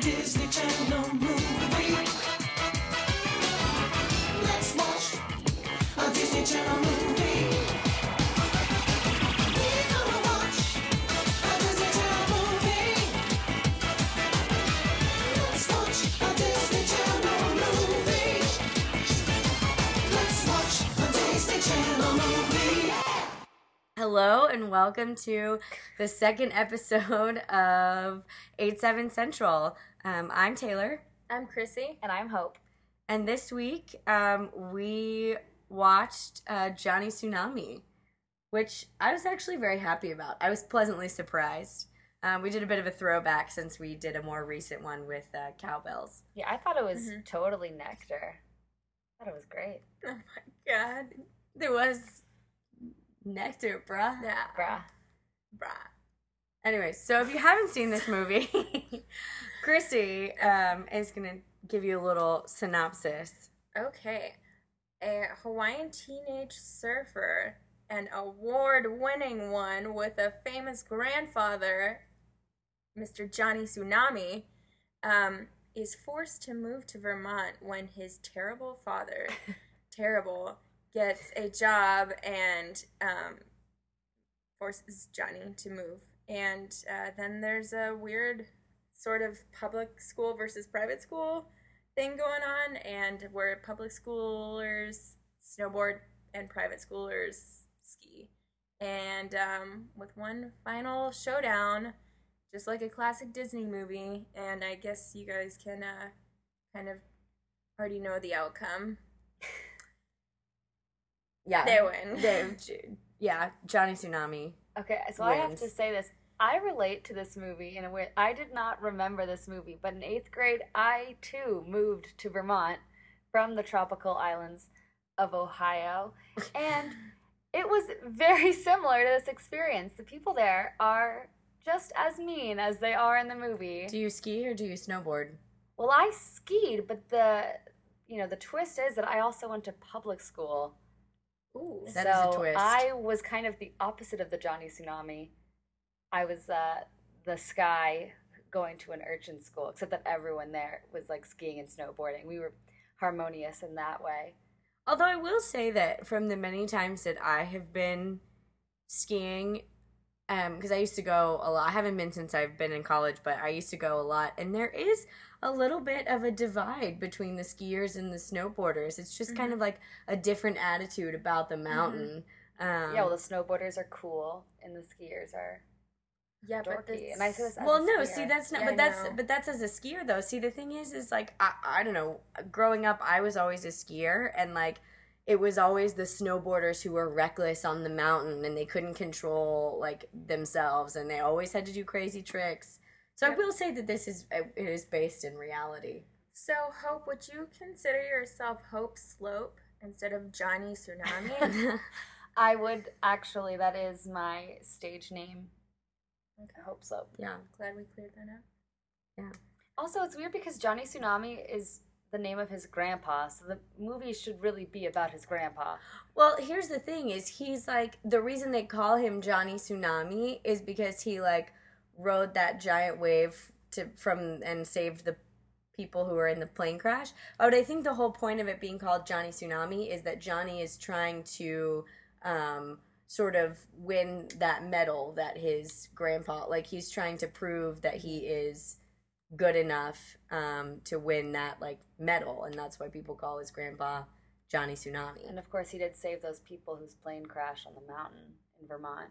Disney Channel movie. Let's watch a Disney Channel movie. We're gonna watch a Disney Channel movie. Let's watch a Disney Channel movie. Let's watch a Disney Channel movie. Hello and welcome to the second episode of 87 Central. Um, I'm Taylor, I'm Chrissy. And I'm Hope. and this week um, we watched uh, Johnny Tsunami, which I was actually very happy about. I was pleasantly surprised. Um, we did a bit of a throwback since we did a more recent one with uh, cowbells. Yeah, I thought it was Mm-hmm. totally nectar. I thought it was great. God, there was nectar, bruh. Bruh. Oh. Bruh. Anyway, so if you haven't seen this movie, Chrissy um, is going to give you a little synopsis. Okay. A Hawaiian teenage surfer, an award winning one with a famous grandfather, Mr. Johnny Tsunami, um, is forced to move to Vermont when his terrible father, terrible, gets a job and um, forces Johnny to move. And uh, then there's a weird sort of public school versus private school thing going on, and where public schoolers snowboard and private schoolers ski. And um, with one final showdown, just like a classic Disney movie, and I guess you guys can uh, kind of already know the outcome. Yeah. They win. They- J- yeah, Johnny Tsunami. Okay, so I have to Wins. say this. I relate to this movie in a way I did not remember this movie, but in eighth grade, I too moved to Vermont from the tropical islands of Ohio. And it was very similar to this experience. The people there are just as mean as they are in the movie. Do you ski or do you snowboard? Well, I skied, but the you know the twist is that I also went to public school. Ooh. That is a so twist. I was kind of the opposite of the Johnny Tsunami. I was uh, the sky going to an urchin school, except that everyone there was like skiing and snowboarding. We were harmonious in that way. Although I will say that from the many times that I have been skiing, because I used to go a lot. I haven't been since I've been in college, but I used to go a lot, and there is a little bit of a divide between the skiers and the snowboarders. It's just Mm-hmm. kind of like a different attitude about the mountain. Um, yeah, well, the snowboarders are cool, and the skiers are Yeah, but dorky. this- And I say this as well a no skier. see that's not Yeah, I but that's know. but that's as a skier though see the thing is is like I, I don't know growing up i was always a skier and like it was always the snowboarders who were reckless on the mountain and they couldn't control like themselves and they always had to do crazy tricks so i Yep. will say that this is it is based in reality So, Hope, would you consider yourself Hope Slope instead of Johnny Tsunami? I would actually. That is my stage name. I hope so. yeah Glad we cleared that up. Also, it's weird because Johnny Tsunami is the name of his grandpa, so the movie should really be about his grandpa. Well, here's the thing is he's like the reason they call him Johnny Tsunami is because he like rode that giant wave to from and saved the people who were in the plane crash. But I think the whole point of it being called Johnny Tsunami is that Johnny is trying to um sort of win that medal that his grandpa like he's trying to prove that he is good enough um to win that like medal and that's why people call his grandpa Johnny Tsunami. And uh, of course, he did save those people whose plane crashed on the mountain in Vermont.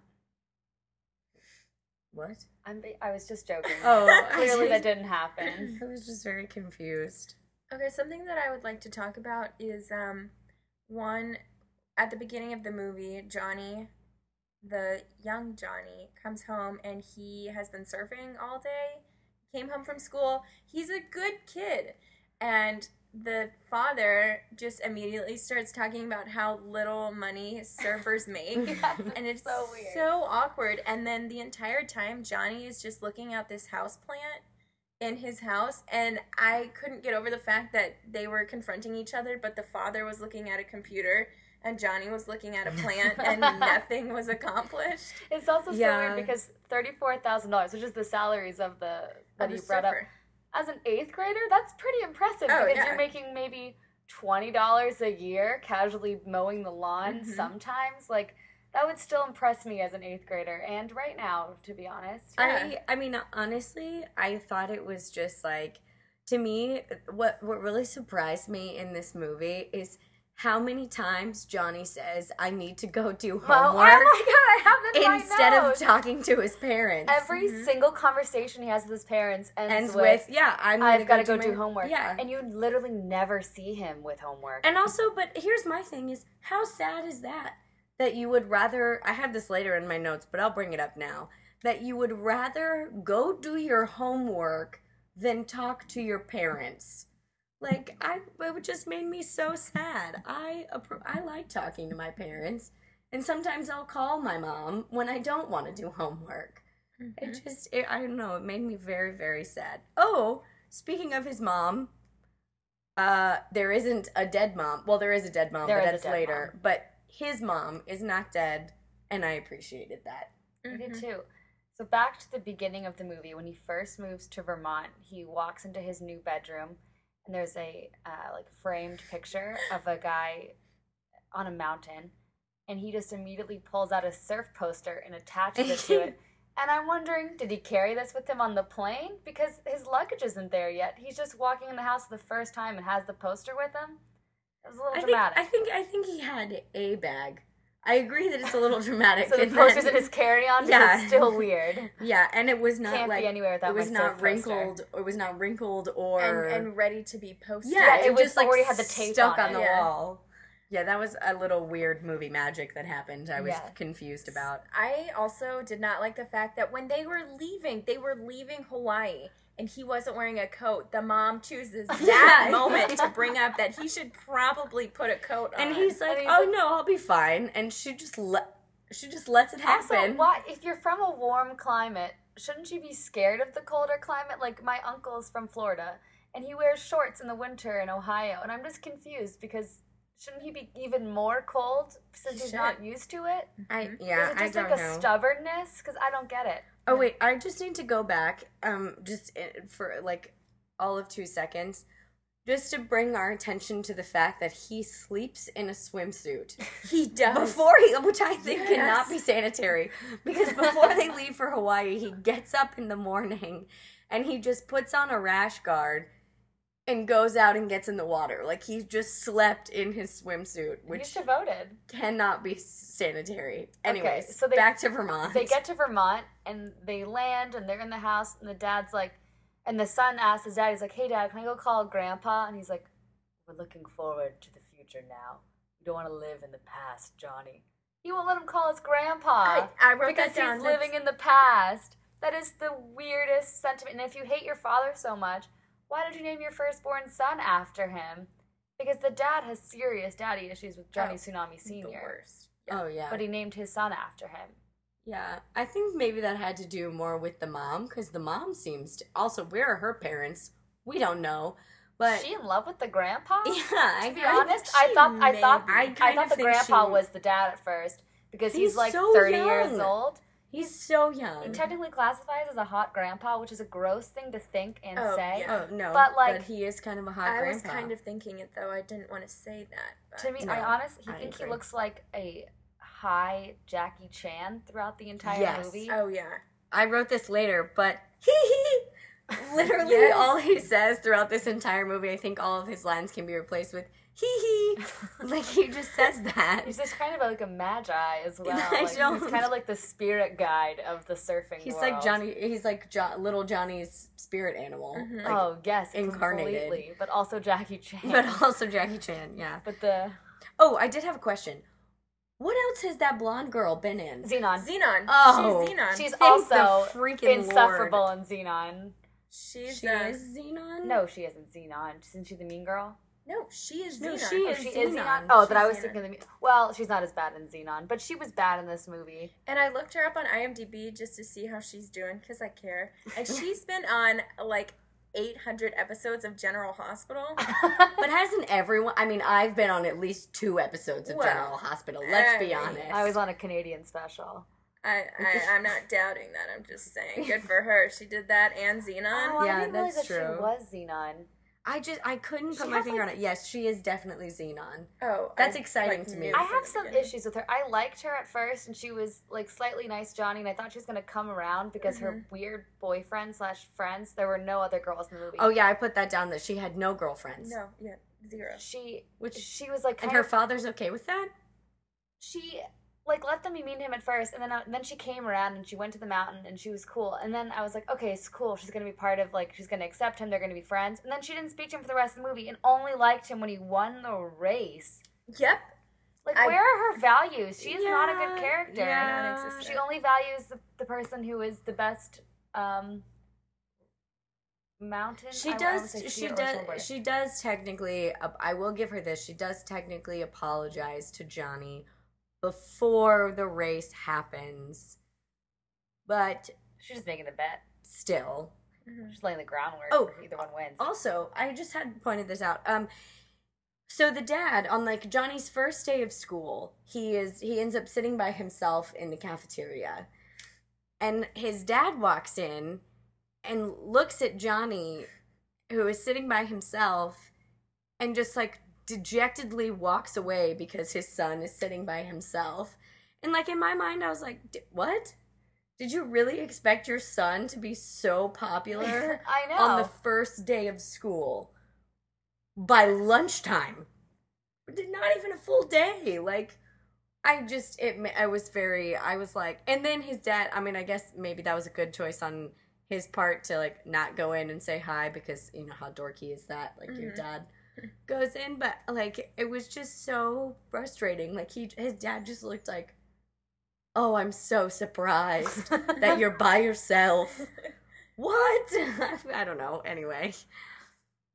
What? I'm ba- I was just joking. Oh, clearly that didn't happen. I was just very confused. Okay, something that I would like to talk about is um, one at the beginning of the movie, Johnny, the young Johnny, comes home and he has been surfing all day. Came home from school. He's a good kid, and the father just immediately starts talking about how little money surfers make. and it's so weird. so awkward. And then the entire time, Johnny is just looking at this house plant in his house, and I couldn't get over the fact that they were confronting each other, but the father was looking at a computer. And Johnny was looking at a plant, and nothing was accomplished. It's also so Yeah. weird because thirty-four thousand dollars, which is the salaries of the that Of you the brought up, surfer. as an eighth grader, that's pretty impressive Oh, because yeah. you're making maybe twenty dollars a year casually mowing the lawn Mm-hmm. Mhm. sometimes. Like that would still impress me as an eighth grader and right now, to be honest. Yeah. I I mean honestly, I thought it was just like to me what what really surprised me in this movie is how many times Johnny says I need to go do Well, oh homework my god, I have that instead in my of notes. talking to his parents. every single conversation he has with his parents ends, ends with, with yeah, I'm gonna I've got to go, do my-" homework. Yeah. And you literally never see him with homework. And also, but here's my thing is how sad is that? That you would rather I have this later in my notes, but I'll bring it up now. That you would rather go do your homework than talk to your parents. Like I it would just made me so sad. I appro- I like talking to my parents and sometimes I'll call my mom when I don't want to do homework. Mm-hmm. It just it, I don't know, it made me very very sad. Oh, speaking of his mom, uh, there isn't a dead mom. Well, there is a dead mom, There but is a that's dead later. But his mom is not dead, and I appreciated that. I Mm-hmm. did too. So back to the beginning of the movie, when he first moves to Vermont, he walks into his new bedroom, and there's a uh, like framed picture of a guy on a mountain, and he just immediately pulls out a surf poster and attaches it to it. And I'm wondering, did he carry this with him on the plane? Because his luggage isn't there yet. He's just walking in the house the first time and has the poster with him. It was a little I think dramatic. I think I think he had a bag. I agree that it's a little dramatic. so the in that- poster's in his carry-on, but Yeah. it's still weird. yeah, and it was not Can't be like anywhere without it was my not surf poster. wrinkled. It was not wrinkled or And, and ready to be posted. yeah, it, Yeah, it was just like already had the tape stuck on on, it. the Yeah. wall. Yeah, that was a little weird movie magic that happened. I was Yeah. confused about. I also did not like the fact that when they were leaving, they were leaving Hawaii and he wasn't wearing a coat. The mom chooses that Yeah. moment to bring up that he should probably put a coat on. And he's like, And he's "Oh like- no, I'll be fine." And she just let she just lets it happen. Also, why if you're from a warm climate, shouldn't you be scared of the colder climate? Like my uncle's from Florida, and he wears shorts in the winter in Ohio, and I'm just confused because shouldn't he be even more cold since he's should. not used to it? I yeah, Hmm? Is it just I don't like a know. stubbornness? Because I don't get it. oh wait, I just need to go back, um, just i- for like all of two seconds, just to bring our attention to the fact that he sleeps in a swimsuit he does. before he, which I think Yes. cannot be sanitary, because before they leave for Hawaii, he gets up in the morning, and he just puts on a rash guard. And goes out and gets in the water. Like he just slept in his swimsuit, which Which... He's devoted. cannot be sanitary. Anyways, so they- back to Vermont. They get to Vermont and they land and they're in the house and the dad's like, and the son asks his dad, he's like, "Hey dad, can I go call grandpa?" And he's like, "We're looking forward to the future now. You don't want to live in the past, Johnny." He won't let him call his grandpa I, I wrote because that down. he's That's- living in the past. That is the weirdest sentiment. And if you hate your father so much, why did you name your firstborn son after him? Because the dad has serious daddy issues with Johnny Oh, Tsunami the Senior, worst. oh yeah, but he named his son after him. yeah. I think maybe that had to do more with the mom because the mom seems to. Also, where are her parents? We don't know, but Is she in love with the grandpa? yeah, to I be I- honest, she I thought I may thought be. I I, kind of thought the think grandpa she- was the dad at first because he's, He's like so thirty young. years old. he's so He young. technically classifies as a hot grandpa, which is a gross thing to think and Oh, say. yeah. Oh no, But, like, he is kind of a hot I was grandpa. kind of thinking it though. I didn't want to say that. But To me, No, I honestly I think he agree. looks like a high Jackie Chan throughout the entire Yes. movie. oh yeah, I wrote this later, but he he. Literally, Yes. all he says throughout this entire movie, I think all of his lines can be replaced with "hee hee." like he just says that. He's just kind of like a magi as well. I Like, don't- He's kind of like the spirit guide of the surfing. He's world. like Johnny. He's like jo- little Johnny's spirit animal, Mhm. like, oh yes, incarnated. completely, but also Jackie Chan. but also Jackie Chan. Yeah. but the Oh, I did have a question. What else has that blonde girl been in? Xenon. Xenon. Oh, she's Xenon. She's Thank the also freaking insufferable in Xenon. she's she uh, is Xenon. No, she isn't Xenon. Isn't she the mean girl? no, she is No, Xenon. she Oh, is she is Xenon. Xenon. Oh, but She's I was Xenon. thinking the mean. Well, she's not as bad in Xenon, but she was bad in this movie. And I looked her up on IMDb just to see how she's doing because I care. And she's been on like 800 episodes of General Hospital. But hasn't everyone? I mean, I've been on at least two episodes of Well, General Hospital. Let's be I- honest. I was on a Canadian special. I, I I'm not doubting that. I'm just saying, good for her. She did that and Xenon. Oh, Uh, Yeah, I didn't realize that's that true. she was Xenon. I just I couldn't She put my has, finger like- on it. Yes, she is definitely Xenon. Oh, That's I, exciting like, to me. knew I from have the some beginning. issues with her. I liked her at first, and she was like slightly nice Johnny, and I thought she was gonna come around because her Mm-hmm. weird boyfriend slash friends. There were no other girls in the movie. Oh yeah, I put that down that she had no girlfriends. No, yeah, zero. she Which- which she was like And kind her of, father's okay with that? she like let them be mean to him at first, and then uh, then she came around and she went to the mountain and she was cool. And then I was like, okay, it's cool. She's gonna be part of like she's gonna accept him. They're gonna be friends. And then she didn't speak to him for the rest of the movie and only liked him when he won the race. Yep. Like, I- where are her values? She's not a Yeah, good character. yeah. She only values the, the person who is the best um, mountain. She I- I wanna does say she skier or snowboarder. does she does technically ap- I will give her this. She does technically apologize to Johnny before the race happens. But She's just making a bet. still, She's laying the groundwork. Oh, for either one wins. also i just had pointed this out um so the dad on like johnny's first day of school he is he ends up sitting by himself in the cafeteria and his dad walks in and looks at johnny who is sitting by himself and just like dejectedly walks away because his son is sitting by himself and like in my mind i was like D- what did you really expect your son to be so popular I know. on the first day of school by lunchtime. Not even a full day. Like, I just, it, ma- I was very, I was like, and then his dad, I mean, I guess maybe that was a good choice on his part to, like, not go in and say hi because, you know, how dorky is that? Like, your dad goes in, but, like, it was just so frustrating. Like, he, his dad just looked like, oh, I'm so surprised that you're by yourself what? I don't know. Anyway,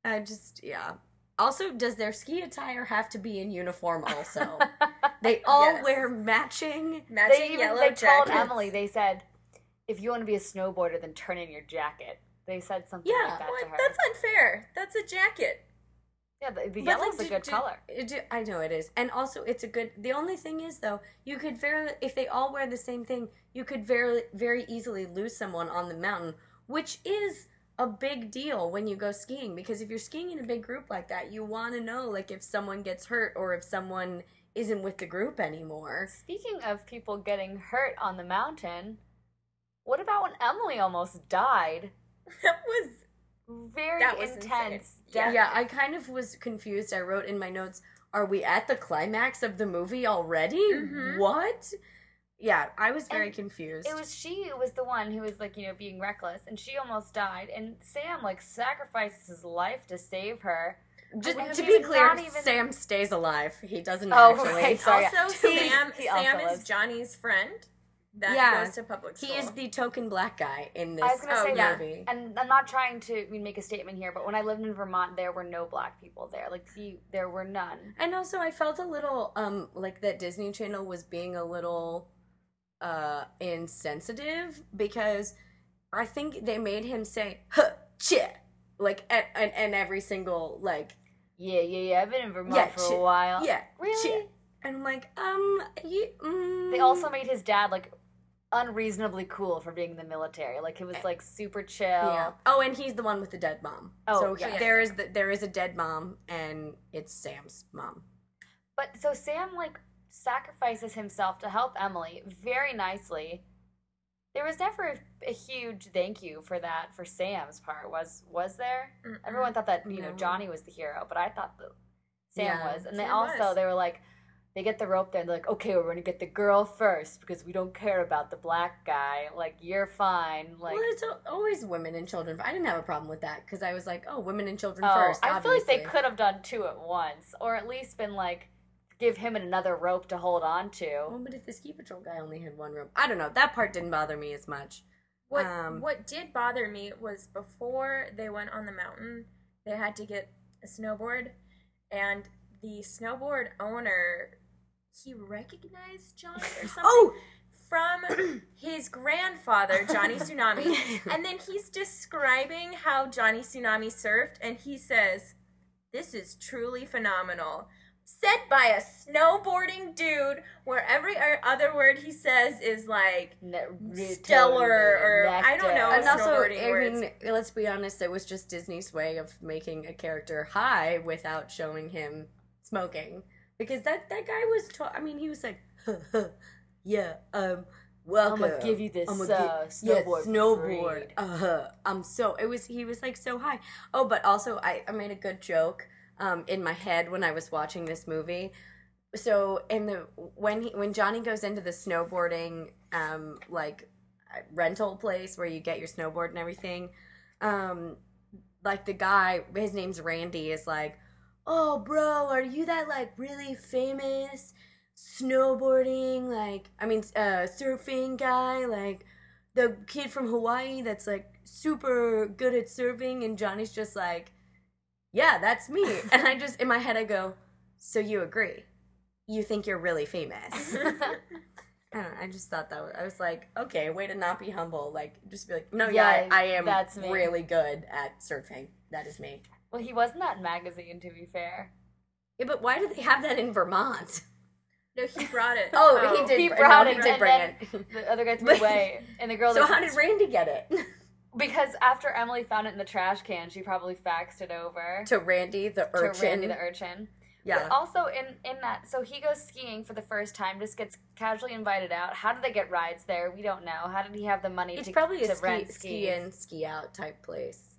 I just yeah. Also, does their ski attire have to be in uniform? Also, they all Yes. wear matching. Matching they even yellow they told jackets. Emily. They said, if you want to be a snowboarder, then turn in your jacket. They said something Yeah, like that to What? her. That's unfair. That's a jacket. yeah, the, the But, yellow's like, a good do- do- color. do- I know it is, and also it's a good. The only thing is though, you could very if they all wear the same thing, you could very very easily lose someone on the mountain, which is a big deal when you go skiing because if you're skiing in a big group like that, you want to know like if someone gets hurt or if someone isn't with the group anymore. Speaking of people getting hurt on the mountain, what about when Emily almost died? That was Very That was intense. death. insane. Yeah, I kind of was confused. I wrote in my notes, "Are we at the climax of the movie already? What?" Yeah, I was very Mm-hmm. And confused. It was she who was the one who was like, you know, being reckless and she almost died and Sam like sacrifices his life to save her. just we to haven't be even- clear, not even- Sam stays alive. He doesn't Oh, actually. right, sorry. also He- Sam. he also Sam is lives. Johnny's friend. That Yeah. goes to public school. He is the token black guy in this I was gonna oh, say yeah. that, movie. and I'm not trying to I mean, make a statement here, but when I lived in Vermont, there were no black people there. Like the, there were none. And also, I felt a little um like that Disney Channel was being a little uh insensitive because I think they made him say "huh chit" like at and, and every single like Yeah, yeah, yeah. I've been in Vermont Yeah, for shit. a while. yeah really. "chit." and I'm like um you, mm, They also made his dad like unreasonably cool for being in the military. Like it was like super chill. Eh. yeah oh and he's the one with the dead mom Oh, so yes. there is the, there is a dead mom and it's Sam's mom But so Sam like sacrifices himself to help Emily very nicely. There was never a, a huge thank you for that for Sam's part was was there? Everyone thought that you know No. Johnny was the hero, but I thought that Sam Yeah, was. And they Sam also was. they were like they get the rope there and they're like, okay, we're gonna get the girl first because we don't care about the black guy. Like you're fine. Like well, it's al- always women and children. I didn't have a problem with that because I was like, oh, women and children Oh, first. I feel like obviously. they could have done two at once, or at least been like, give him another rope to hold on Well, to. Oh, but if the ski patrol guy only had one room, I don't know. That part didn't bother me as much. What Um, what did bother me was before they went on the mountain, they had to get a snowboard, and the snowboard owner, he recognized Johnny or something Oh, from his grandfather, Johnny Tsunami, and then he's describing how Johnny Tsunami surfed, and he says, "This is truly phenomenal." said by a snowboarding dude where every o- other word he says is like Ne- Stellar or- I don't know. And That's also, snowboarding I words. mean, let's be honest, it was just Disney's way of making a character high without showing him smoking. Because that, that guy was, ta- I mean, he was like, yeah, um, welcome. I'ma give you this, I'ma uh, gi- yeah, snowboard snowboard. parade." Uh-huh. I'm so, it was, he was like so high. Oh, but also, I, I made a good joke um, in my head when I was watching this movie so in the when he when Johnny goes into the snowboarding um like uh, rental place where you get your snowboard and everything um like the guy his name's Randy is like oh bro are you that like really famous snowboarding like I mean uh surfing guy like the kid from Hawaii that's like super good at surfing and Johnny's just like yeah that's me and I just in my head I go so you agree you think you're really famous. I don't know, I just thought that was, I was like, okay, way to not be humble. Like, just be like, no, yeah, Yeah, I, I am that's me. really good at surfing. That is me. well, he wasn't that magazine, to be fair. Yeah, but why do they have that in Vermont? no he brought it Oh, he did. he br- brought no, it, He did and bring then- it. The other guy threw it away, and the girl. So like, how did Randy get it? Because after Emily found it in the trash can, she probably faxed it over to Randy the urchin. Randy the urchin. yeah. But also in in that, so he goes skiing for the first time, just gets casually invited out. How do they get rides there? We don't know. How did he have the money It's to, probably to a ski, rent ski skis? in, ski out type place.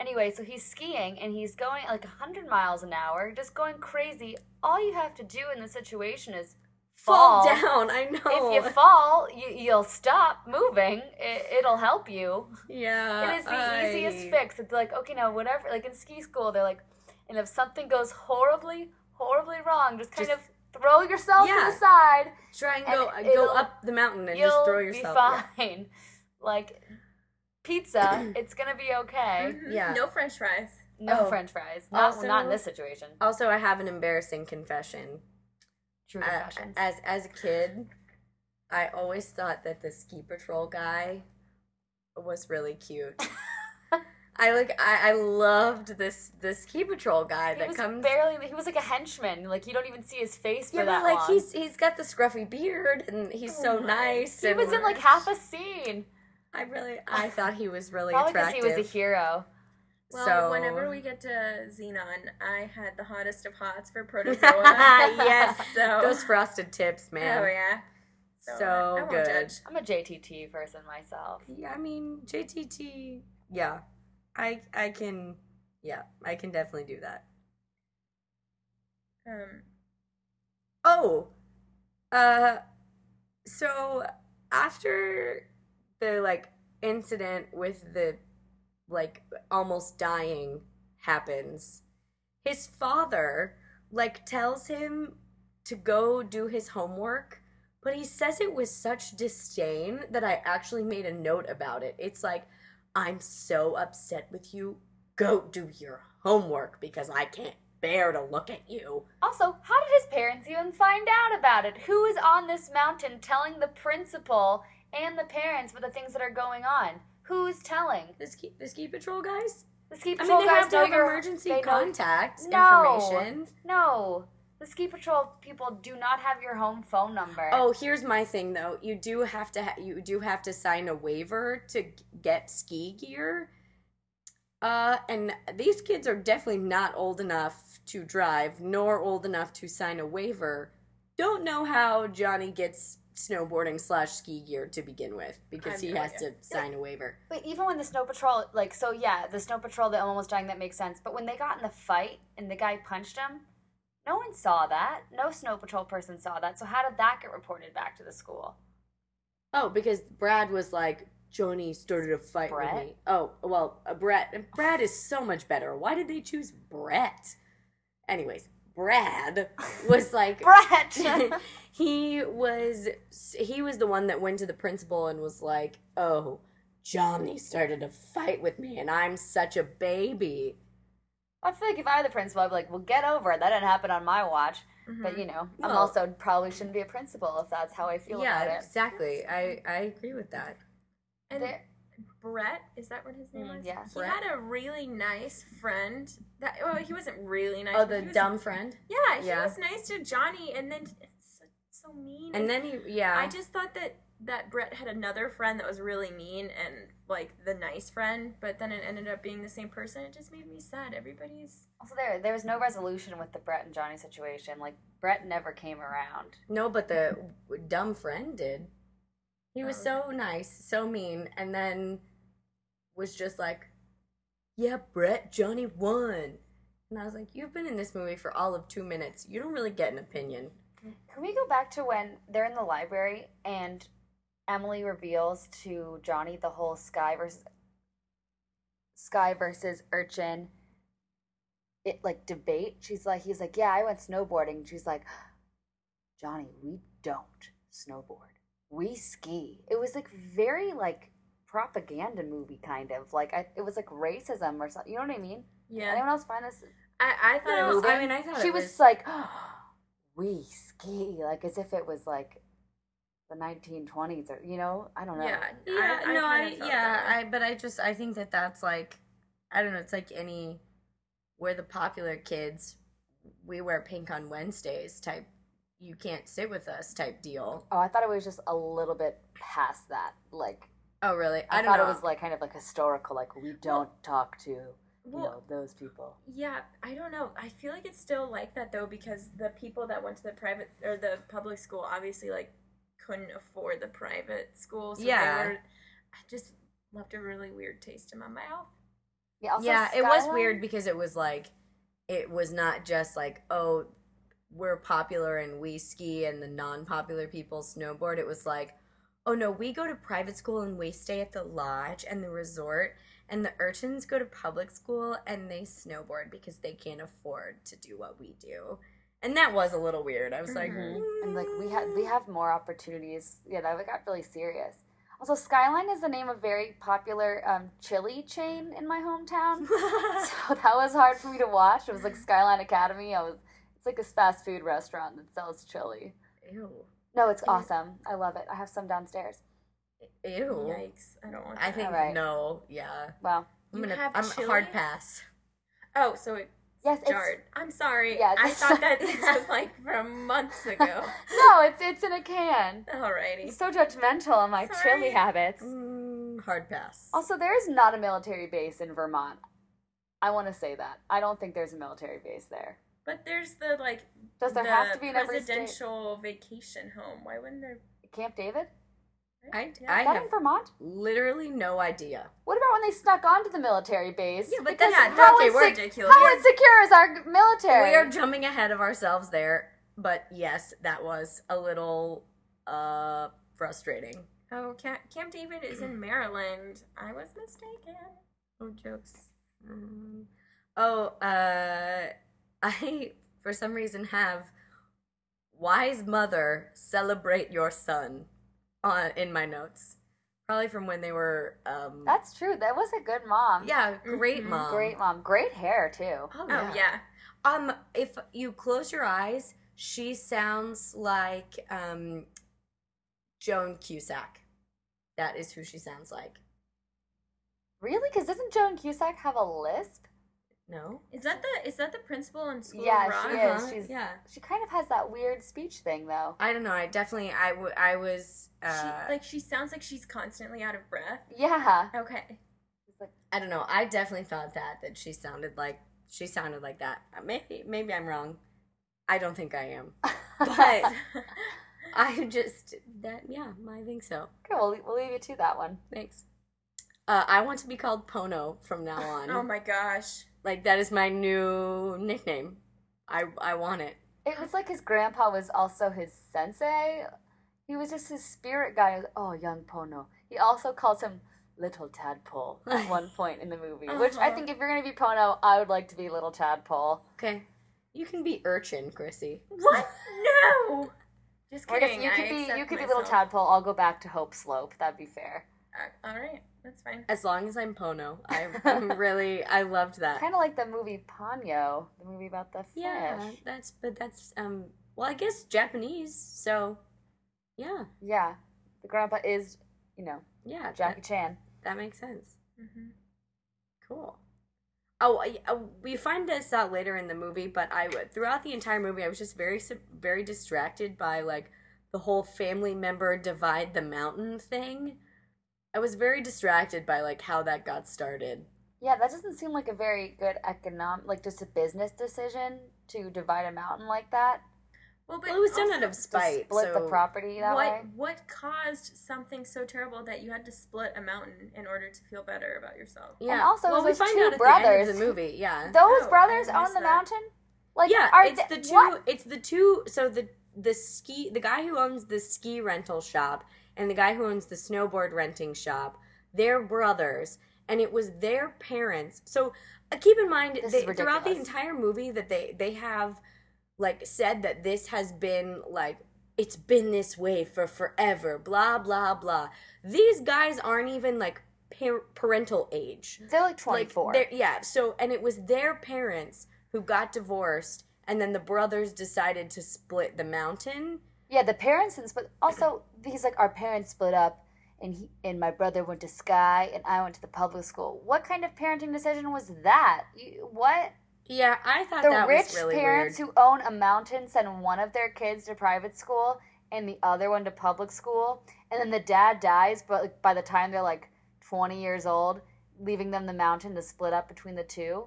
Anyway, so he's skiing and he's going at like 100 miles an hour, just going crazy. All you have to do in this situation is fall. Fall down. I know. If you fall, you, you'll stop moving. It, it'll help you. yeah. It is the Uh, I- easiest fix. It's like, okay, now whatever, like in ski school, they're like, and if something goes horribly, horribly wrong, just kind Just- of throw yourself Yeah. to the side. Try and and go go it'll- up the mountain and You'll just throw be yourself. yeah. fine. Like, pizza, it's gonna be okay. Mhm. yeah. no french fries No Mm-hmm. Oh. french fries. Not, Also- not in this situation. Also, I have an embarrassing confession. True Uh, confessions. as as a kid, I always thought that the ski patrol guy was really cute. I like I, I loved this this ski patrol guy he that was comes. barely, he was like a henchman. Like, you don't even see his face for yeah, that but like long. he's he's got the scruffy beard and he's so Oh my- nice. he and was in like half a scene. I really I thought he was really Probably because he attractive. was a hero. well so whenever we get to xenon i had the hottest of hots for protozoa Yes. so those frosted tips, man. oh yeah So, I won't good. judge. I'm a JTT person myself. Yeah, I mean JTT. Yeah, I I can. Yeah, I can definitely do that. um Oh, uh, so after the like incident with the like almost dying happens, his father like tells him to go do his homework, but he says it with such disdain that I actually made a note about it. It's like, I'm so upset with you. Go do your homework because I can't bear to look at you. Also, how did his parents even find out about it? Who is on this mountain telling the principal and the parents about the things that are going on? Who is telling? The ski, the ski patrol guys? The ski I patrol mean, they guys have to know have your- emergency they know- contact No. information. No, the ski patrol people do not have your home phone number. Oh, here's my thing though. You do have to ha- you do have to sign a waiver to g- get ski gear. Uh, and these kids are definitely not old enough to drive, nor old enough to sign a waiver. Don't know how Johnny gets snowboarding slash ski gear to begin with because have he no has idea. to sign a waiver. But even when the snow patrol, like, so yeah, the snow patrol, the almost dying, that makes sense. But when they got in the fight and the guy punched him, no one saw that. No snow patrol person saw that. So how did that get reported back to the school? Oh, because Brad was like, Johnny started a fight with Brett? me. Oh, well, uh, Brett. Brad is so much better. Why did they choose Brett? Anyways, Brad was like, Brett! he was he was the one that went to the principal and was like, "Oh, Johnny started a fight with me, and I'm such a baby." I feel like if I were the principal, I'd be like, well, get over it. That didn't happen on my watch. But, you know, I'm Well- also probably shouldn't be a principal if that's how I feel about yeah, it. exactly. I I agree with that. and There- Brett, is that what his name Mm, was? yeah. He Brett. had a really nice friend. That well, he wasn't really nice. Oh, but the he was- dumb friend. Yeah, he Yeah. was nice to Johnny, and then so, so mean. And then he, yeah, I just thought that that Brett had another friend that was really mean and like the nice friend, but then it ended up being the same person. It just made me sad. Everybody's Also, there there was no resolution with the Brett and Johnny situation. Like Brett never came around. no, but the dumb friend did. He was Oh. so nice, so mean, and then was just like, "Yeah, Brett, Johnny won," and I was like, "You've been in this movie for all of two minutes. You don't really get an opinion." Can we go back to when they're in the library and Emily reveals to Johnny the whole Sky versus Sky versus Urchin it like debate? She's like he's like, "Yeah, I went snowboarding." She's like, "Johnny, we don't snowboard. We ski." It was like very like propaganda movie kind of. Like I, it was like racism or something. You know what I mean? yeah. Anyone else find this I, I thought it No, was. I mean, I thought she it was like, "We ski," like as if it was like the 1920s, or you know, I don't know. Yeah, Yeah, I, I no, kinda I, felt yeah, that way. I, but I just, I think that that's like, I don't know, it's like any, we're the popular kids, we wear pink on Wednesdays type, you can't sit with us type deal. Oh, I thought it was just a little bit past that. Like Oh, really? I, I, don't thought know. it was like kind of like historical. Like we don't talk to you Well, know those people. Yeah, I don't know. I feel like it's still like that though because the people that went to the private or the public school obviously like couldn't afford the private school. So Yeah. they were, I just left a really weird taste in my mouth. Yeah, also yeah, it was Skyline- weird because it was like, it was not just like, oh, we're popular and we ski and the non popular people snowboard. It was like, oh no, we go to private school and we stay at the lodge and the resort, and the urchins go to public school and they snowboard because they can't afford to do what we do. And that was a little weird. I was like, Mhm. and like we had we have more opportunities. Yeah, that got really serious. Also, Skyline is the name of very popular um, chili chain in my hometown. so that was hard for me to watch. It was like Skyline Academy. I was it's like this fast food restaurant that sells chili. ew, No, it's awesome. I love it. I have some downstairs. ew. Yikes! I don't want. That. I think Alright. no, yeah. Wow. I'm You gonna, have I'm chili? hard pass. Oh, so it Yes, it's jarred. I'm sorry. Yeah, I that's- thought that this was like from months ago. No, it's it's in a can. I'm Alrighty. so judgmental on my Sorry. chili habits. Mm, hard pass. Also, there is not a military base in Vermont. I want to say that. I don't think there's a military base there. But there's the like Does there the have to be in every state? presidential vacation home. Why wouldn't there? Camp David? I, Yeah. I Is that have in Vermont? literally no idea. What about when they snuck onto the military base? Yeah, but Because yeah, that how they were insec- ridiculous. How insecure is our military? We are jumping ahead of ourselves there, but yes, that was a little uh frustrating. Oh, Camp, Camp David is in Maryland. I was mistaken. Oh, jokes. Mm. Oh, uh I for some reason have wise mother celebrate your son on in my notes. Probably from when they were um That's true. That was a good mom. yeah, great Mhm. mom. Great mom. Great hair, too. Oh, Oh yeah. Um, if you close your eyes, she sounds like um, Joan Cusack. That is who she sounds like. Really? Because doesn't Joan Cusack have a lisp? No. Uh-huh, Is that the is that the principal in School Yeah, of Rock? she is. She's, yeah. She kind of has that weird speech thing, though. I don't know. I definitely. I, w- I was. Uh, She, like she sounds like she's constantly out of breath. Yeah. Okay. I don't know. I definitely thought that that she sounded like she sounded like that. Uh, Maybe maybe I'm wrong. I don't think I am. But Uh, I just that yeah. I think so. Okay, we'll, we'll leave you to that one. Thanks. Uh, I want to be called Pono from now on. Oh my gosh. Like that is my new nickname. I I want it. It was like his grandpa was also his sensei. He was just his spirit guy. He was, oh, young Pono. He also calls him Little Tadpole at one point in the movie, which I Uh-huh. think if you're going to be Pono, I would like to be Little Tadpole. Okay. You can be urchin, Chrissy. What? No. Just Or I guess kidding. you I could be accept you could be myself. Little Tadpole. I'll go back to Hope Slope. That'd be fair. Uh, all right, that's fine. As long as I'm Pono, I, I'm really I loved that. Kind of like the movie Ponyo, the movie about the fish. Uh, yeah, that's but that's um well I guess Japanese. So yeah, Yeah. The grandpa is, you know, yeah. Uh, Jackie Chan. That makes sense. Mm-hmm. hmm Cool. Oh, I, uh, we find this out later in the movie, but I throughout the entire movie, I was just very su- very distracted by like the whole family member divide the mountain thing. I was very distracted by like how that got started. Yeah, that doesn't seem like a very good economic, like just a business decision to divide a mountain like that. Well, but Well, it was done out also- of spite. to split the so- property that what way. what caused something so terrible that you had to split a mountain in order to feel better about yourself? Yeah. And also, it well, we was find two out at the end brothers. of the movie. Yeah. Those Oh, brothers I own missed the that. mountain. Like, yeah, are it's they- the two. what? It's the two. So the the ski, the guy who owns the ski rental shop and the guy who owns the snowboard renting shop, they're brothers, and it was their parents. So uh, keep in mind, This they, is throughout the ridiculous. entire movie, that they they have like said that this has been like it's been this way for forever. Blah blah blah. These guys aren't even like par- parental age They're like like, 24. they're- yeah. So and it was their parents who got divorced, and then the brothers decided to split the mountain. yeah, the parents and split. Also, he's like, our parents split up, and he and my brother went to Sky, and I went to the public school. What kind of parenting decision was that? You, what? Yeah, I thought The that rich was really parents weird. who own a mountain send one of their kids to private school and the other one to public school, and then the dad dies, but like, by the time they're like 20 years old, leaving them the mountain to split up between the two.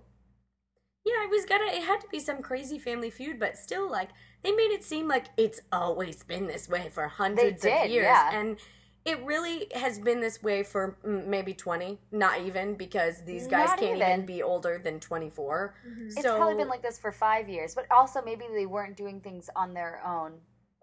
yeah, it was gonna. It had to be some crazy family feud, but still, like they made it seem like it's always been this way for hundreds did, of years, yeah. and. It really has been this way for mm, maybe 20, not even, because these guys Not can't even. even be older than 24. So, Mm-hmm. It's probably been like this for five years, but also maybe they weren't doing things on their own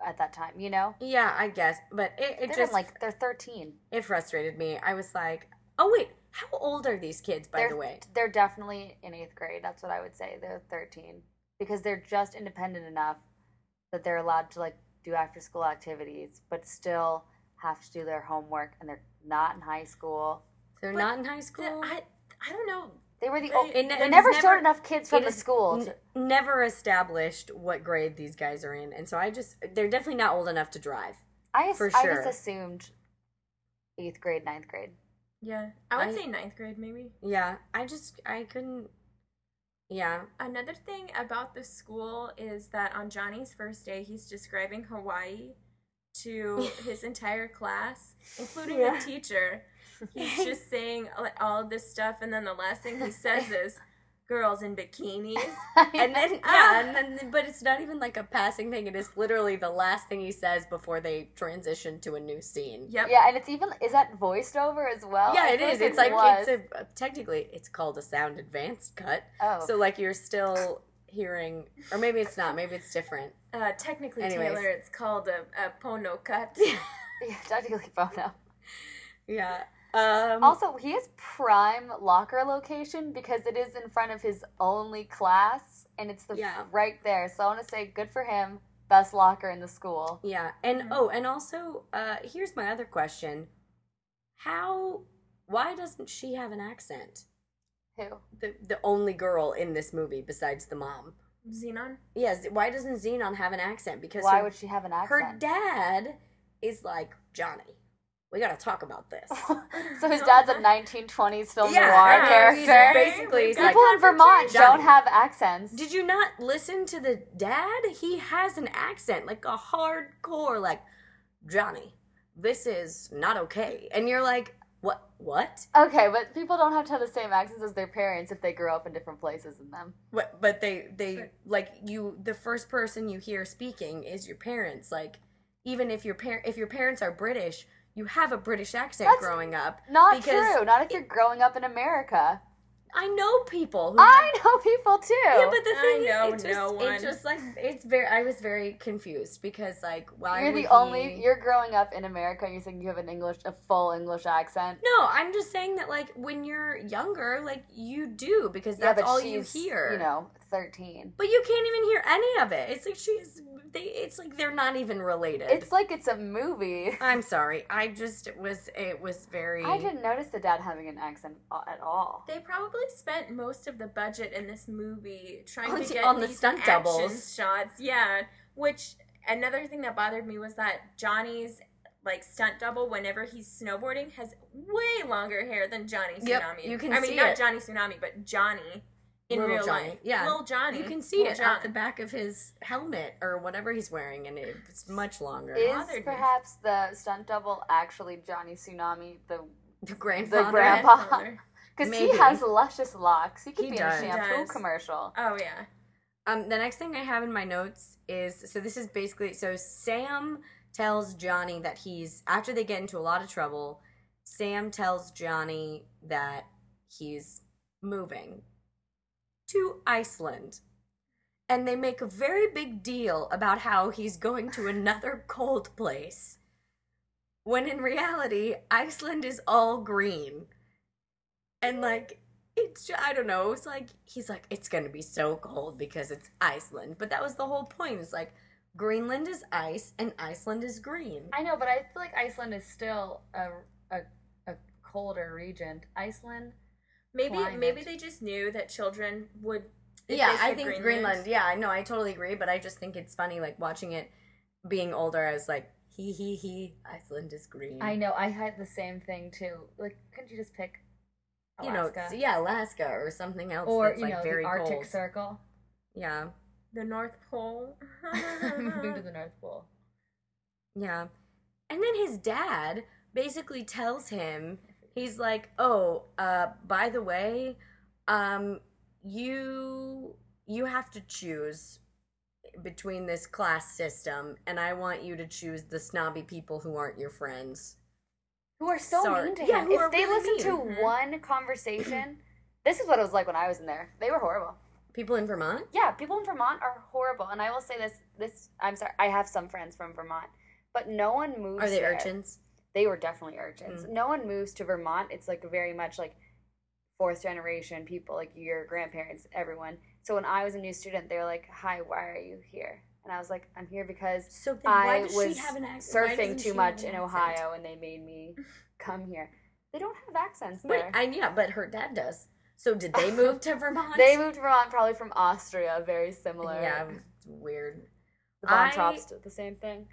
at that time, you know? yeah, I guess. But it, it They're just. like they're thirteen. it frustrated me. I was like, oh wait, how old are these kids by they're, the way? they're definitely in eighth grade. That's what I would say. They're thirteen because they're just independent enough that they're allowed to like do after school activities, but still have to do their homework, and they're not in high school. They're But not in high The- school. I I don't know. They were the They- o- It ne- they it never is showed enough kids from it the is school. n- to- never established what grade these guys are in, and so I just they're definitely not old enough to drive. I as- for I sure. just assumed eighth grade, ninth grade. Yeah, I would I- say ninth grade maybe. Yeah, I just I couldn't. Yeah, Another thing about the school is that on Johnny's first day, he's describing Hawaii to his entire class, including Yeah. the teacher. He's just saying like, all of this stuff, and then the last thing he says is, "Girls in bikinis." and then yeah, and then but it's not even like a passing thing. It is literally the last thing he says before they transition to a new scene. Yep. Yeah, and it's even is that voiced over as well? yeah, I it feel is. It's it like was. it's a technically it's called a sound advanced cut. oh. So like you're still hearing, or maybe it's not. Maybe it's different. Uh, technically, Anyways. Taylor, it's called a, a pono cut. yeah, technically phono. yeah. Um, Also, he is prime locker location because it is in front of his only class, and it's the Yeah. right there. So I want to say, good for him. Best locker in the school. yeah, and oh, and also, uh, here's my other question: How? Why doesn't she have an accent? Who? The the only girl in this movie besides the mom. Xenon. Yes. Why doesn't Xenon have an accent? Because Why her, would she have an her accent? dad is like Johnny. We gotta talk about this. so his dad's a 1920s film Yeah, noir yeah, he's character. basi- basically, he's People in Vermont don't Johnny. have accents. Did you not listen to the dad? He has an accent, like a hardcore, like, Johnny, this is not okay. And you're like, what? What? okay, but people don't have to have the same accents as their parents if they grew up in different places than them. What? But they, they, like, you, the first person you hear speaking is your parents. Like, even if your par- if your parents are British, you have a British accent That's growing up. Not because true. Not if you're growing up in America. I know people who I know people too. Yeah, but the I thing know is, it just, no one. it just like it's very. I was very confused because like why you're would the only. he- You're growing up in America. and You're saying you have an English, a full English accent. No, I'm just saying that like when you're younger, like you do because that's all you hear. You know, thirteen. But you can't even hear any of it. It's like she's they it's like they're not even related. It's like it's a movie. I'm sorry. I just it was it was very I didn't notice the dad having an accent a- at all. They probably spent most of the budget in this movie trying On to the- get on the these stunt action doubles. shots. Yeah, which another thing that bothered me was that Johnny's like stunt double whenever he's snowboarding has way longer hair than Johnny Tsunami. Yep, you can I mean see not it. Johnny Tsunami, but Johnny in Little real Johnny, life. yeah. Little Johnny. You can see Little it John. at the back of his helmet or whatever he's wearing, and it's much longer. Is bothered me. perhaps the stunt double actually Johnny Tsunami? The the grandfather. grandpa- Grandfather. because he Maybe. has luscious locks. He could He be does. in a shampoo Does. commercial. Oh yeah. Um, the next thing I have in my notes is so this is basically so Sam tells Johnny that he's after they get into a lot of trouble. Sam tells Johnny that he's moving to Iceland. And they make a very big deal about how he's going to another cold place. When in reality, Iceland is all green. And like it's ju- I don't know. It's like he's like it's gonna be so cold because it's Iceland. But that was the whole point. It's like Greenland is ice and Iceland is green. I know, but I feel like Iceland is still a a, a colder region. Iceland. Maybe Climate. maybe they just knew that children would if yeah, they I said think Greenland. Yeah, I know. I totally agree. But I just think it's funny, like watching it being older. I was like, he he he. Iceland is green. I know. I had the same thing too. Like, couldn't you just pick You know, Alaska it's- yeah, Alaska or something else or that's you like know very the Arctic cold. Circle? yeah, The North Pole. Moving to the North Pole. yeah. And then his dad basically tells him he's like, "Oh, uh, by the way, um, you you have to choose between this class system, and I want you to choose the snobby people who aren't your friends." who are Mm-hmm. so Sorry. mean to Yeah, him. who If are they really listened to mean. Mhm. one conversation, this is what it was like when I was in there. They were horrible. People in Vermont. Yeah, people in Vermont are horrible, and I will say this: this I'm sorry, I have some friends from Vermont, but no one moves. Are they there. urchins? They were definitely urchins. No one moves to Vermont. It's like very much like fourth generation people, like your grandparents, everyone. So when I was a new student, they were like, "Hi, why are you here?" And I was like, "I'm here because So then I why does was she have an accent? Why surfing doesn't she too have much an in accent? Ohio, and they made me come here. They don't have accents But there. I yeah, but her dad does. So did they move to Vermont? they moved to Vermont probably from Austria, very similar. Yeah, it's weird. the Von I- Trapps did the same thing.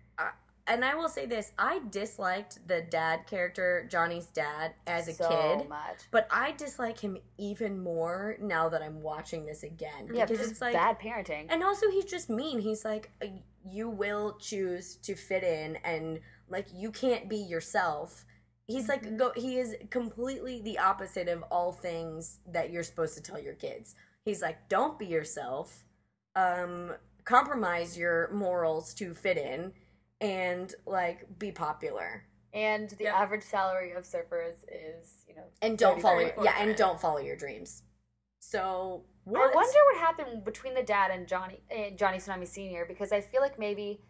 And I will say this: I disliked the dad character, Johnny's dad, as a so kid. much. But I dislike him even more now that I'm watching this again Yeah, because just it's like, bad parenting. and also he's just mean. He's like, "Uh, you will choose to fit in, and like you can't be yourself. He's Mm-hmm. like, go. He is completely the opposite of all things that you're supposed to tell your kids. He's like, don't be yourself. Um, compromise your morals to fit in, and like be popular. And the Yeah. average salary of surfers is, you know, and don't follow your, yeah and 34%. don't follow your dreams so I wonder what happened between the dad and Johnny and Johnny Tsunami Senior because I feel like maybe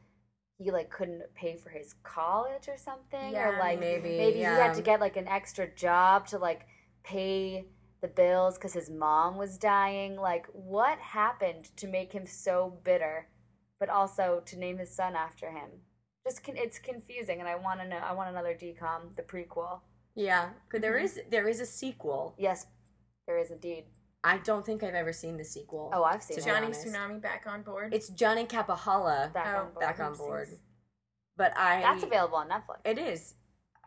he like couldn't pay for his college or something or Yeah, like maybe, he had yeah. to get like an extra job to like pay the bills because his mom was dying. Like what happened to make him so bitter, but also to name his son after him? Just con- it's confusing, and I want to know. I want another decom, the prequel. yeah 'cause there Mm-hmm. is there is a sequel Yes, there is indeed. i don't think i've ever seen the sequel Oh, I've seen To it. Johnny honest. Tsunami back on board. it's johnny capahala back, Back Oh, on board. on Oopsies. board but i That's available on Netflix. it is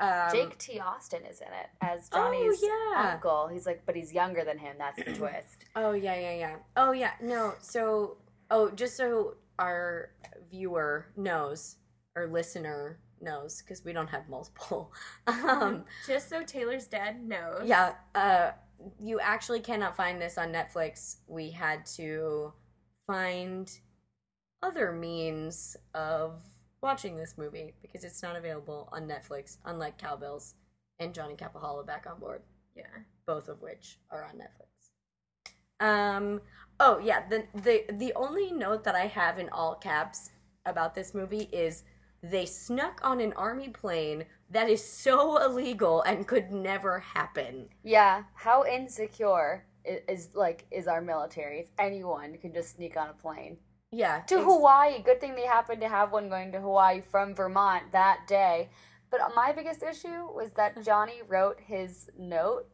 um, Jake T. Austin is in it as Oh, Johnny's um, yeah. uncle. He's like, but he's younger than him. That's the twist. oh yeah yeah yeah oh yeah no so oh just so our viewer knows or listener knows because we don't have multiple um Just so Taylor's dad knows. Yeah, uh, you actually cannot find this on Netflix. We had to find other means of watching this movie because it's not available on Netflix, unlike Cowbells and Johnny Capahala Back on Board, Yeah. both of which are on Netflix. Um. Oh yeah. The the the only note that I have in all caps about this movie is they snuck on an army plane that is so illegal and could never happen. Yeah. How insecure is, is like is our military? If anyone can just sneak on a plane Yeah. to ex- Hawaii, good thing they happened to have one going to Hawaii from Vermont that day. But my biggest issue was that Johnny wrote his note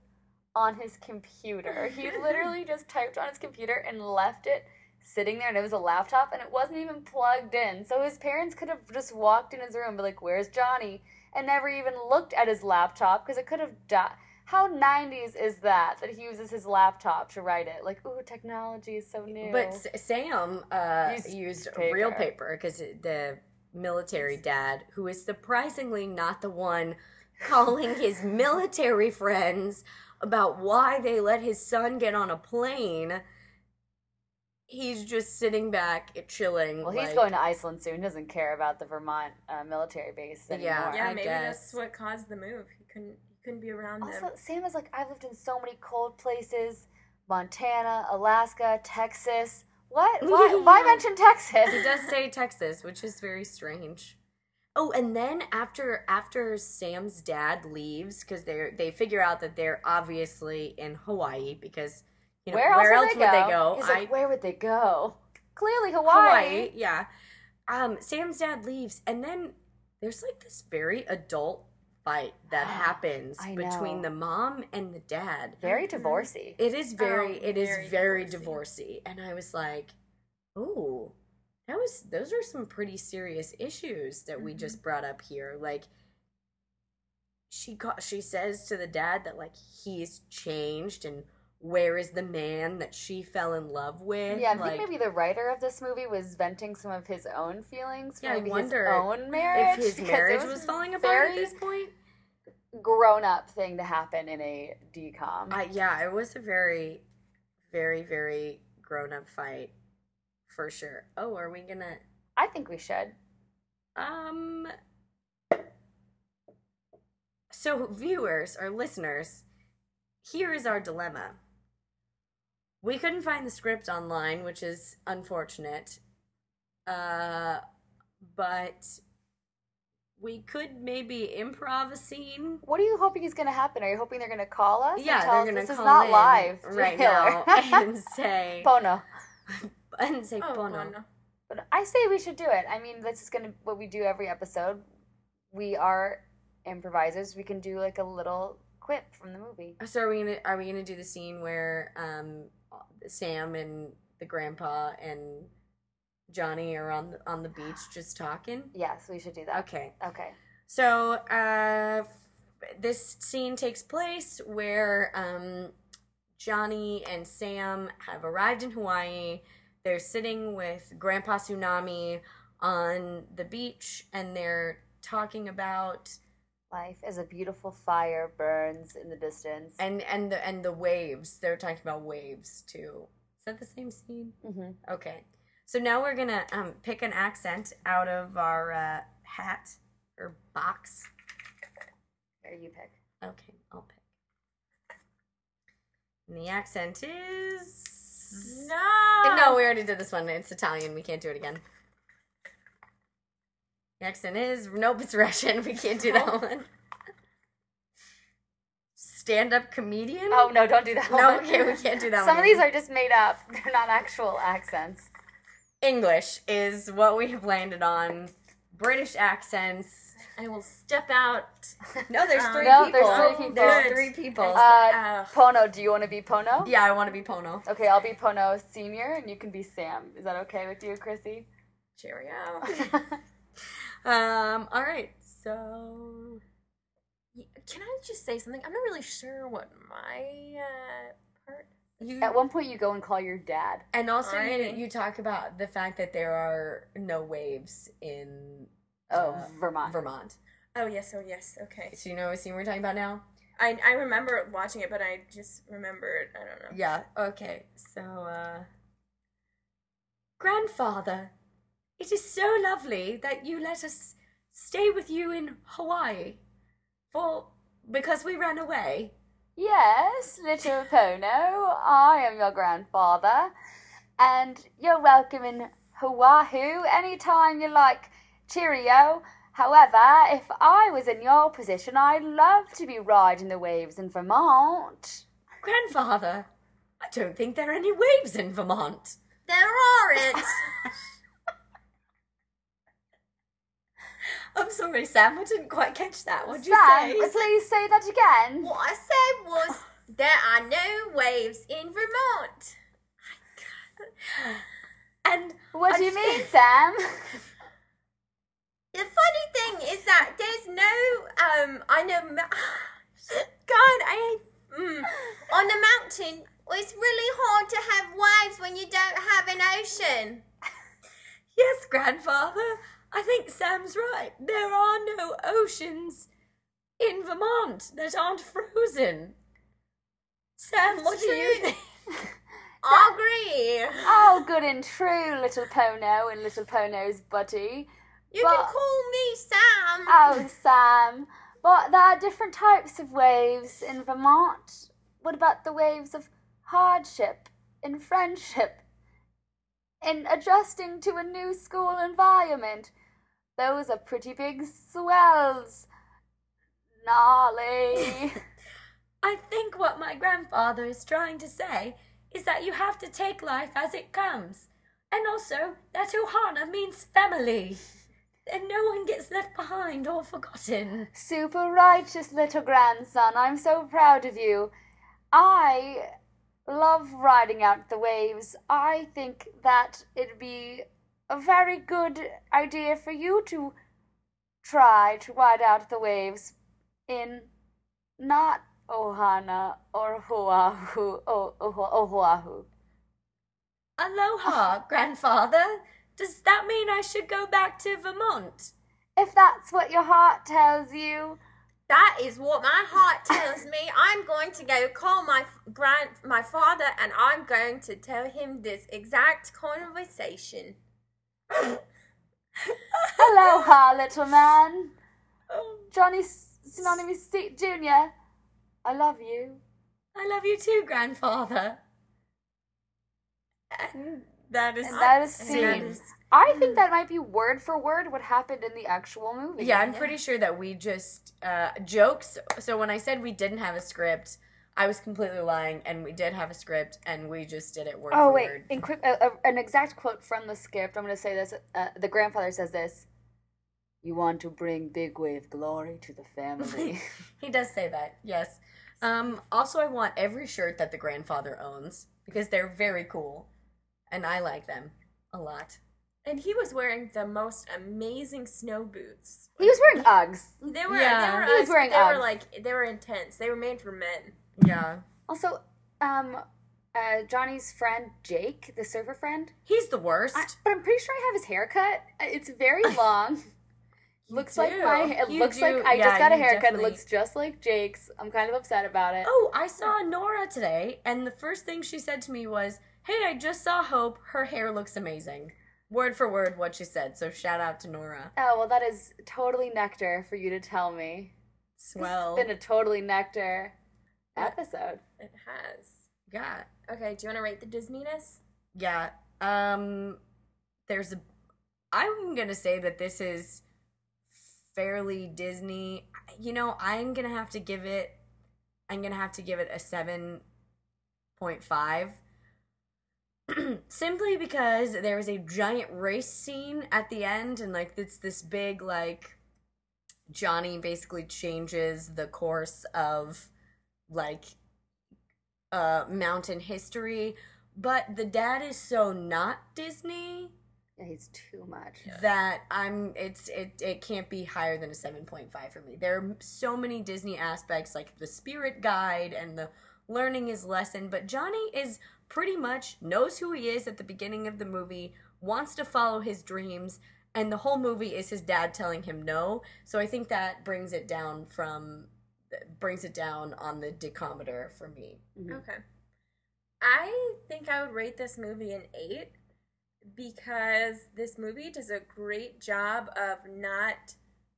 on his computer. He literally just typed on his computer and left it sitting there, and it was a laptop, and it wasn't even plugged in. So his parents could have just walked in his room and be like, Where's Johnny? and never even looked at his laptop because it could have died. How 90s is that that he uses his laptop to write it? Like, ooh, technology is so new. But S- Sam uh, Used used paper. real paper because the military dad, who is surprisingly not the one calling his military friends about why they let his son get on a plane, he's just sitting back, chilling. well, he's like- going to Iceland soon. Doesn't care about the Vermont uh, military base Yeah. anymore. Yeah, I maybe guess. that's what caused the move. He couldn't he couldn't be around them. Also, Sam is like, I've lived in so many cold places Montana, Alaska, Texas. What? Why, why He mention Texas? does say Texas, which is very strange. Oh, and then after after Sam's dad leaves because they are they figure out that they're obviously in Hawaii because you know where, else would they go? He's like, I- where would they go? Clearly, Hawaii. Hawaii, yeah. Um, Sam's dad leaves, and then there's like this very adult fight that happens I between know. the mom and the dad. Very divorcey. It is very, Oh, it is very very divorcey. divorcey. And I was like, oh, that was, those are some pretty serious issues that we just brought up here. Like, she ca- she says to the dad that like he's changed and where is the man that she fell in love with? Yeah, I like, think maybe the writer of this movie was venting some of his own feelings for Yeah, I maybe wonder his own marriage. if his because it marriage was falling apart at very this point. grown up thing to happen in a decom. Uh, yeah, it was a very, very, very grown up fight for sure. Oh, are we gonna? I think we should. Um. So, viewers or listeners, here is our dilemma. We couldn't find the script online, which is unfortunate. Uh, but we could maybe improv a scene. What are you hoping is going to happen? Are you hoping they're going to call us? and Yeah, tell us they're gonna call this is not in live right now Taylor? and say Bono. and say oh, Bono. Bono. But I say we should do it. I mean, that's just going to what we do every episode. We are improvisers. We can do like a little quip from the movie. So are we gonna are we gonna do the scene where um Sam and the grandpa and Johnny are on the, on the beach just talking? Yes, we should do that. Okay. Okay. So uh this scene takes place where um Johnny and Sam have arrived in Hawaii. They're sitting with Grandpa Tsunami on the beach and they're talking about Life as a beautiful fire burns in the distance. and and the and the waves. They're talking about waves too. Is that the same scene? Mhm. Okay. So now we're gonna um, pick an accent out of our uh, hat or box. Here, you pick. Okay, I'll pick. And the accent is No. no. We already did this one. It's Italian. We can't do it again. The accent is nope. It's Russian. We can't do that one. Stand-up comedian. Oh no! Don't do that. no, one. okay, we can't do that. Some one of these either. are just made up. They're not actual accents. English is what we have landed on. British accents. I will step out. No, there's Um, three No, people. there's three people. There's Good. three people. Uh, Ugh. Pono, do you want to be Pono? Um, yeah, I want to be Pono. Okay, I'll be Pono Senior, and you can be Sam. Is that okay with you, Chrissy? Cheerio. Um, all right. So Can I just say something? I'm not really sure what my uh, part. you At one point, you go and call your dad. and also you, Alrighty. you talk about the fact that there are no waves in Oh, Uh, Vermont. Vermont. Oh yes, oh yes. Okay. So you know what scene we're talking about now? I I remember watching it, but I just remembered. I don't know. Yeah. Okay. So uh Grandfather, it is so lovely that you let us stay with you in Hawaii for because we ran away. Yes, little Pono, I am your grandfather, and you're welcome in Oahu anytime you like. Cheerio. However, if I was in your position, I'd love to be riding the waves in Vermont. Grandfather, I don't think there are any waves in Vermont. There aren't. I'm sorry, Sam, I didn't quite catch that. What'd you Sam, say? please say that again. what I said was there are no waves in Vermont. And What I do you mean, think- Sam? The funny thing is that there's no um on a ma- God, I mm, on a mountain. It's really hard to have wives when you don't have an ocean. Yes, grandfather. I think Sam's right. There are no oceans in Vermont that aren't frozen. Sam, what do you think? I agree. Oh, good and true, little Pono and little Pono's buddy. You But- can call me Sam. Oh, Sam. But there are different types of waves in Vermont. What about the waves of hardship and friendship and adjusting to a new school environment? Those are pretty big swells. Gnarly. I think what my grandfather is trying to say is that you have to take life as it comes. And also that Ohana means family. And no one gets left behind or forgotten. Super righteous little grandson, I'm so proud of you. I love riding out the waves. I think that it'd be a very good idea for you to try to ride out the waves in not Ohana or Oahu, oh, Oahu. Aloha, grandfather. Does that mean I should go back to Vermont? If that's what your heart tells you, That is what my heart tells me. I'm going to go call my f- grand, my father, and I'm going to tell him this exact conversation. aloha, little man. Oh, Johnny Tsunami St- Jr., I love you. I love you too, grandfather. And that is And that is scene. scene. I think that might be word for word what happened in the actual movie. Yeah, I'm pretty sure that we just uh, jokes. So when I said we didn't have a script, I was completely lying, and we did have a script, and we just did it word Oh for wait, word. in quick, uh, uh, an exact quote from the script. I'm going to say this. Uh, the grandfather says this. You want to bring big wave glory to the family. He does say that, yes. Um, also, I want every shirt that the grandfather owns because they're very cool, and I like them a lot. And he was wearing the most amazing snow boots. he was wearing Uggs. They were, Yeah. they were, He was us- wearing they Uggs. were like, they were intense. They were made for men. Yeah, Also, um, uh, Johnny's friend Jake, the surfer friend. he's the worst. I, but I'm pretty sure I have his haircut. Uh, It's very long. looks like do. my it You looks do. like I Yeah, just got a you haircut. It definitely- looks just like Jake's. I'm kind of upset about it. Oh, I saw Nora today, and the first thing she said to me was, "Hey, I just saw Hope. Her hair looks amazing." Word for word, what she said. So shout out to Nora. Oh well, that is totally nectar for you to tell me. Swell. It's been a totally nectar episode. It has. Yeah, Okay, do you want to rate the Disneyness? yeah. Um, there's a. I'm gonna say that this is fairly Disney. You know, I'm gonna have to give it. I'm gonna have to give it a seven point five. Simply because there was a giant race scene at the end, and like it's this big like Johnny basically changes the course of like uh mountain history but the dad is so not disney Yeah, he's too much. that i'm it's it it can't be higher than a 7.5 for me there are so many disney aspects like the spirit guide and the learning his lesson but johnny is pretty much knows who he is at the beginning of the movie wants to follow his dreams and the whole movie is his dad telling him no so i think that brings it down from brings it down on the decometer for me Okay. I think I would rate this movie an eight because this movie does a great job of not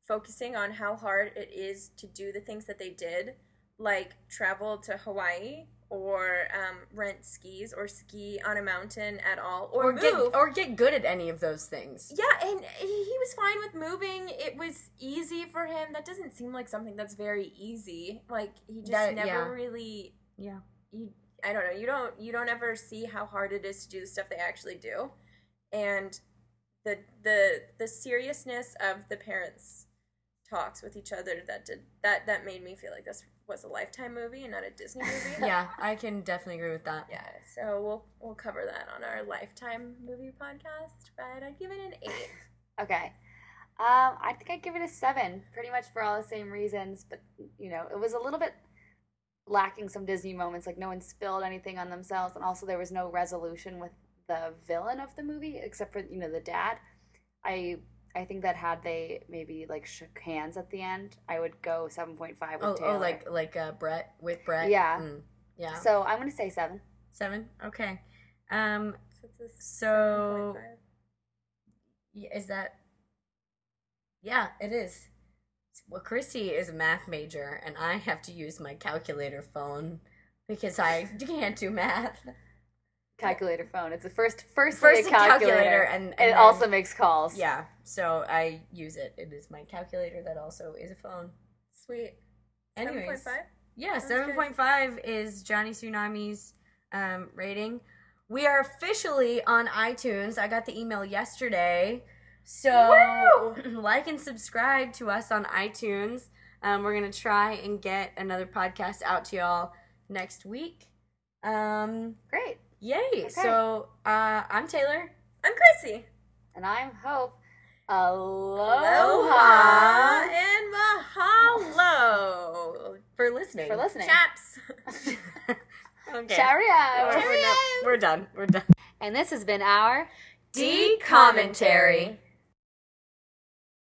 focusing on how hard it is to do the things that they did, like travel to Hawaii or um, rent skis or ski on a mountain at all or, or move. get or get good at any of those things. yeah, and he he was fine with moving. It was easy for him. That doesn't seem like something that's very easy. Like he just That- never yeah. really Yeah. you I don't know, you don't you don't ever see how hard it is to do the stuff they actually do. And the the the seriousness of the parents talks with each other that did that that made me feel like this was a lifetime movie and not a Disney movie. Yeah, I can definitely agree with that. Yeah, so we'll we'll cover that on our lifetime movie podcast, but I'd give it an eight. Okay. Um, I think I'd give it a seven, pretty much for all the same reasons. But you know, it was a little bit lacking some Disney moments. Like no one spilled anything on themselves, and also there was no resolution with the villain of the movie, except for you know the dad. I I think that had they maybe like shook hands at the end, I would go seven point five with Oh, Taylor. oh, like like uh, Brett with Brett. Yeah. Mm. yeah. so. I'm gonna say seven. Seven. Okay. Um, So it's a So- 7.5. y- is that? Yeah, it is. Well, Christy is a math major, and I have to use my calculator phone because I can't do math. Calculator phone. It's the first First first, first a calculator, calculator, and- and, and it then- also makes calls. Yeah, so I use it. It is my calculator that also is a phone. Sweet. Anyways, 7.5? yeah, Sounds good. seven point five is Johnny Tsunami's um, rating. We are officially on iTunes. I got the email yesterday, so like and subscribe to us on iTunes. Um, we're gonna try and get another podcast out to y'all next week. Um, Great. yay! So uh, I'm Taylor. I'm Chrissy. And I'm Hope. Aloha Aloha. and mahalo For listening. for listening. chaps. Okay. Cheerio. We're, we're done. We're done. And this has been our D commentary.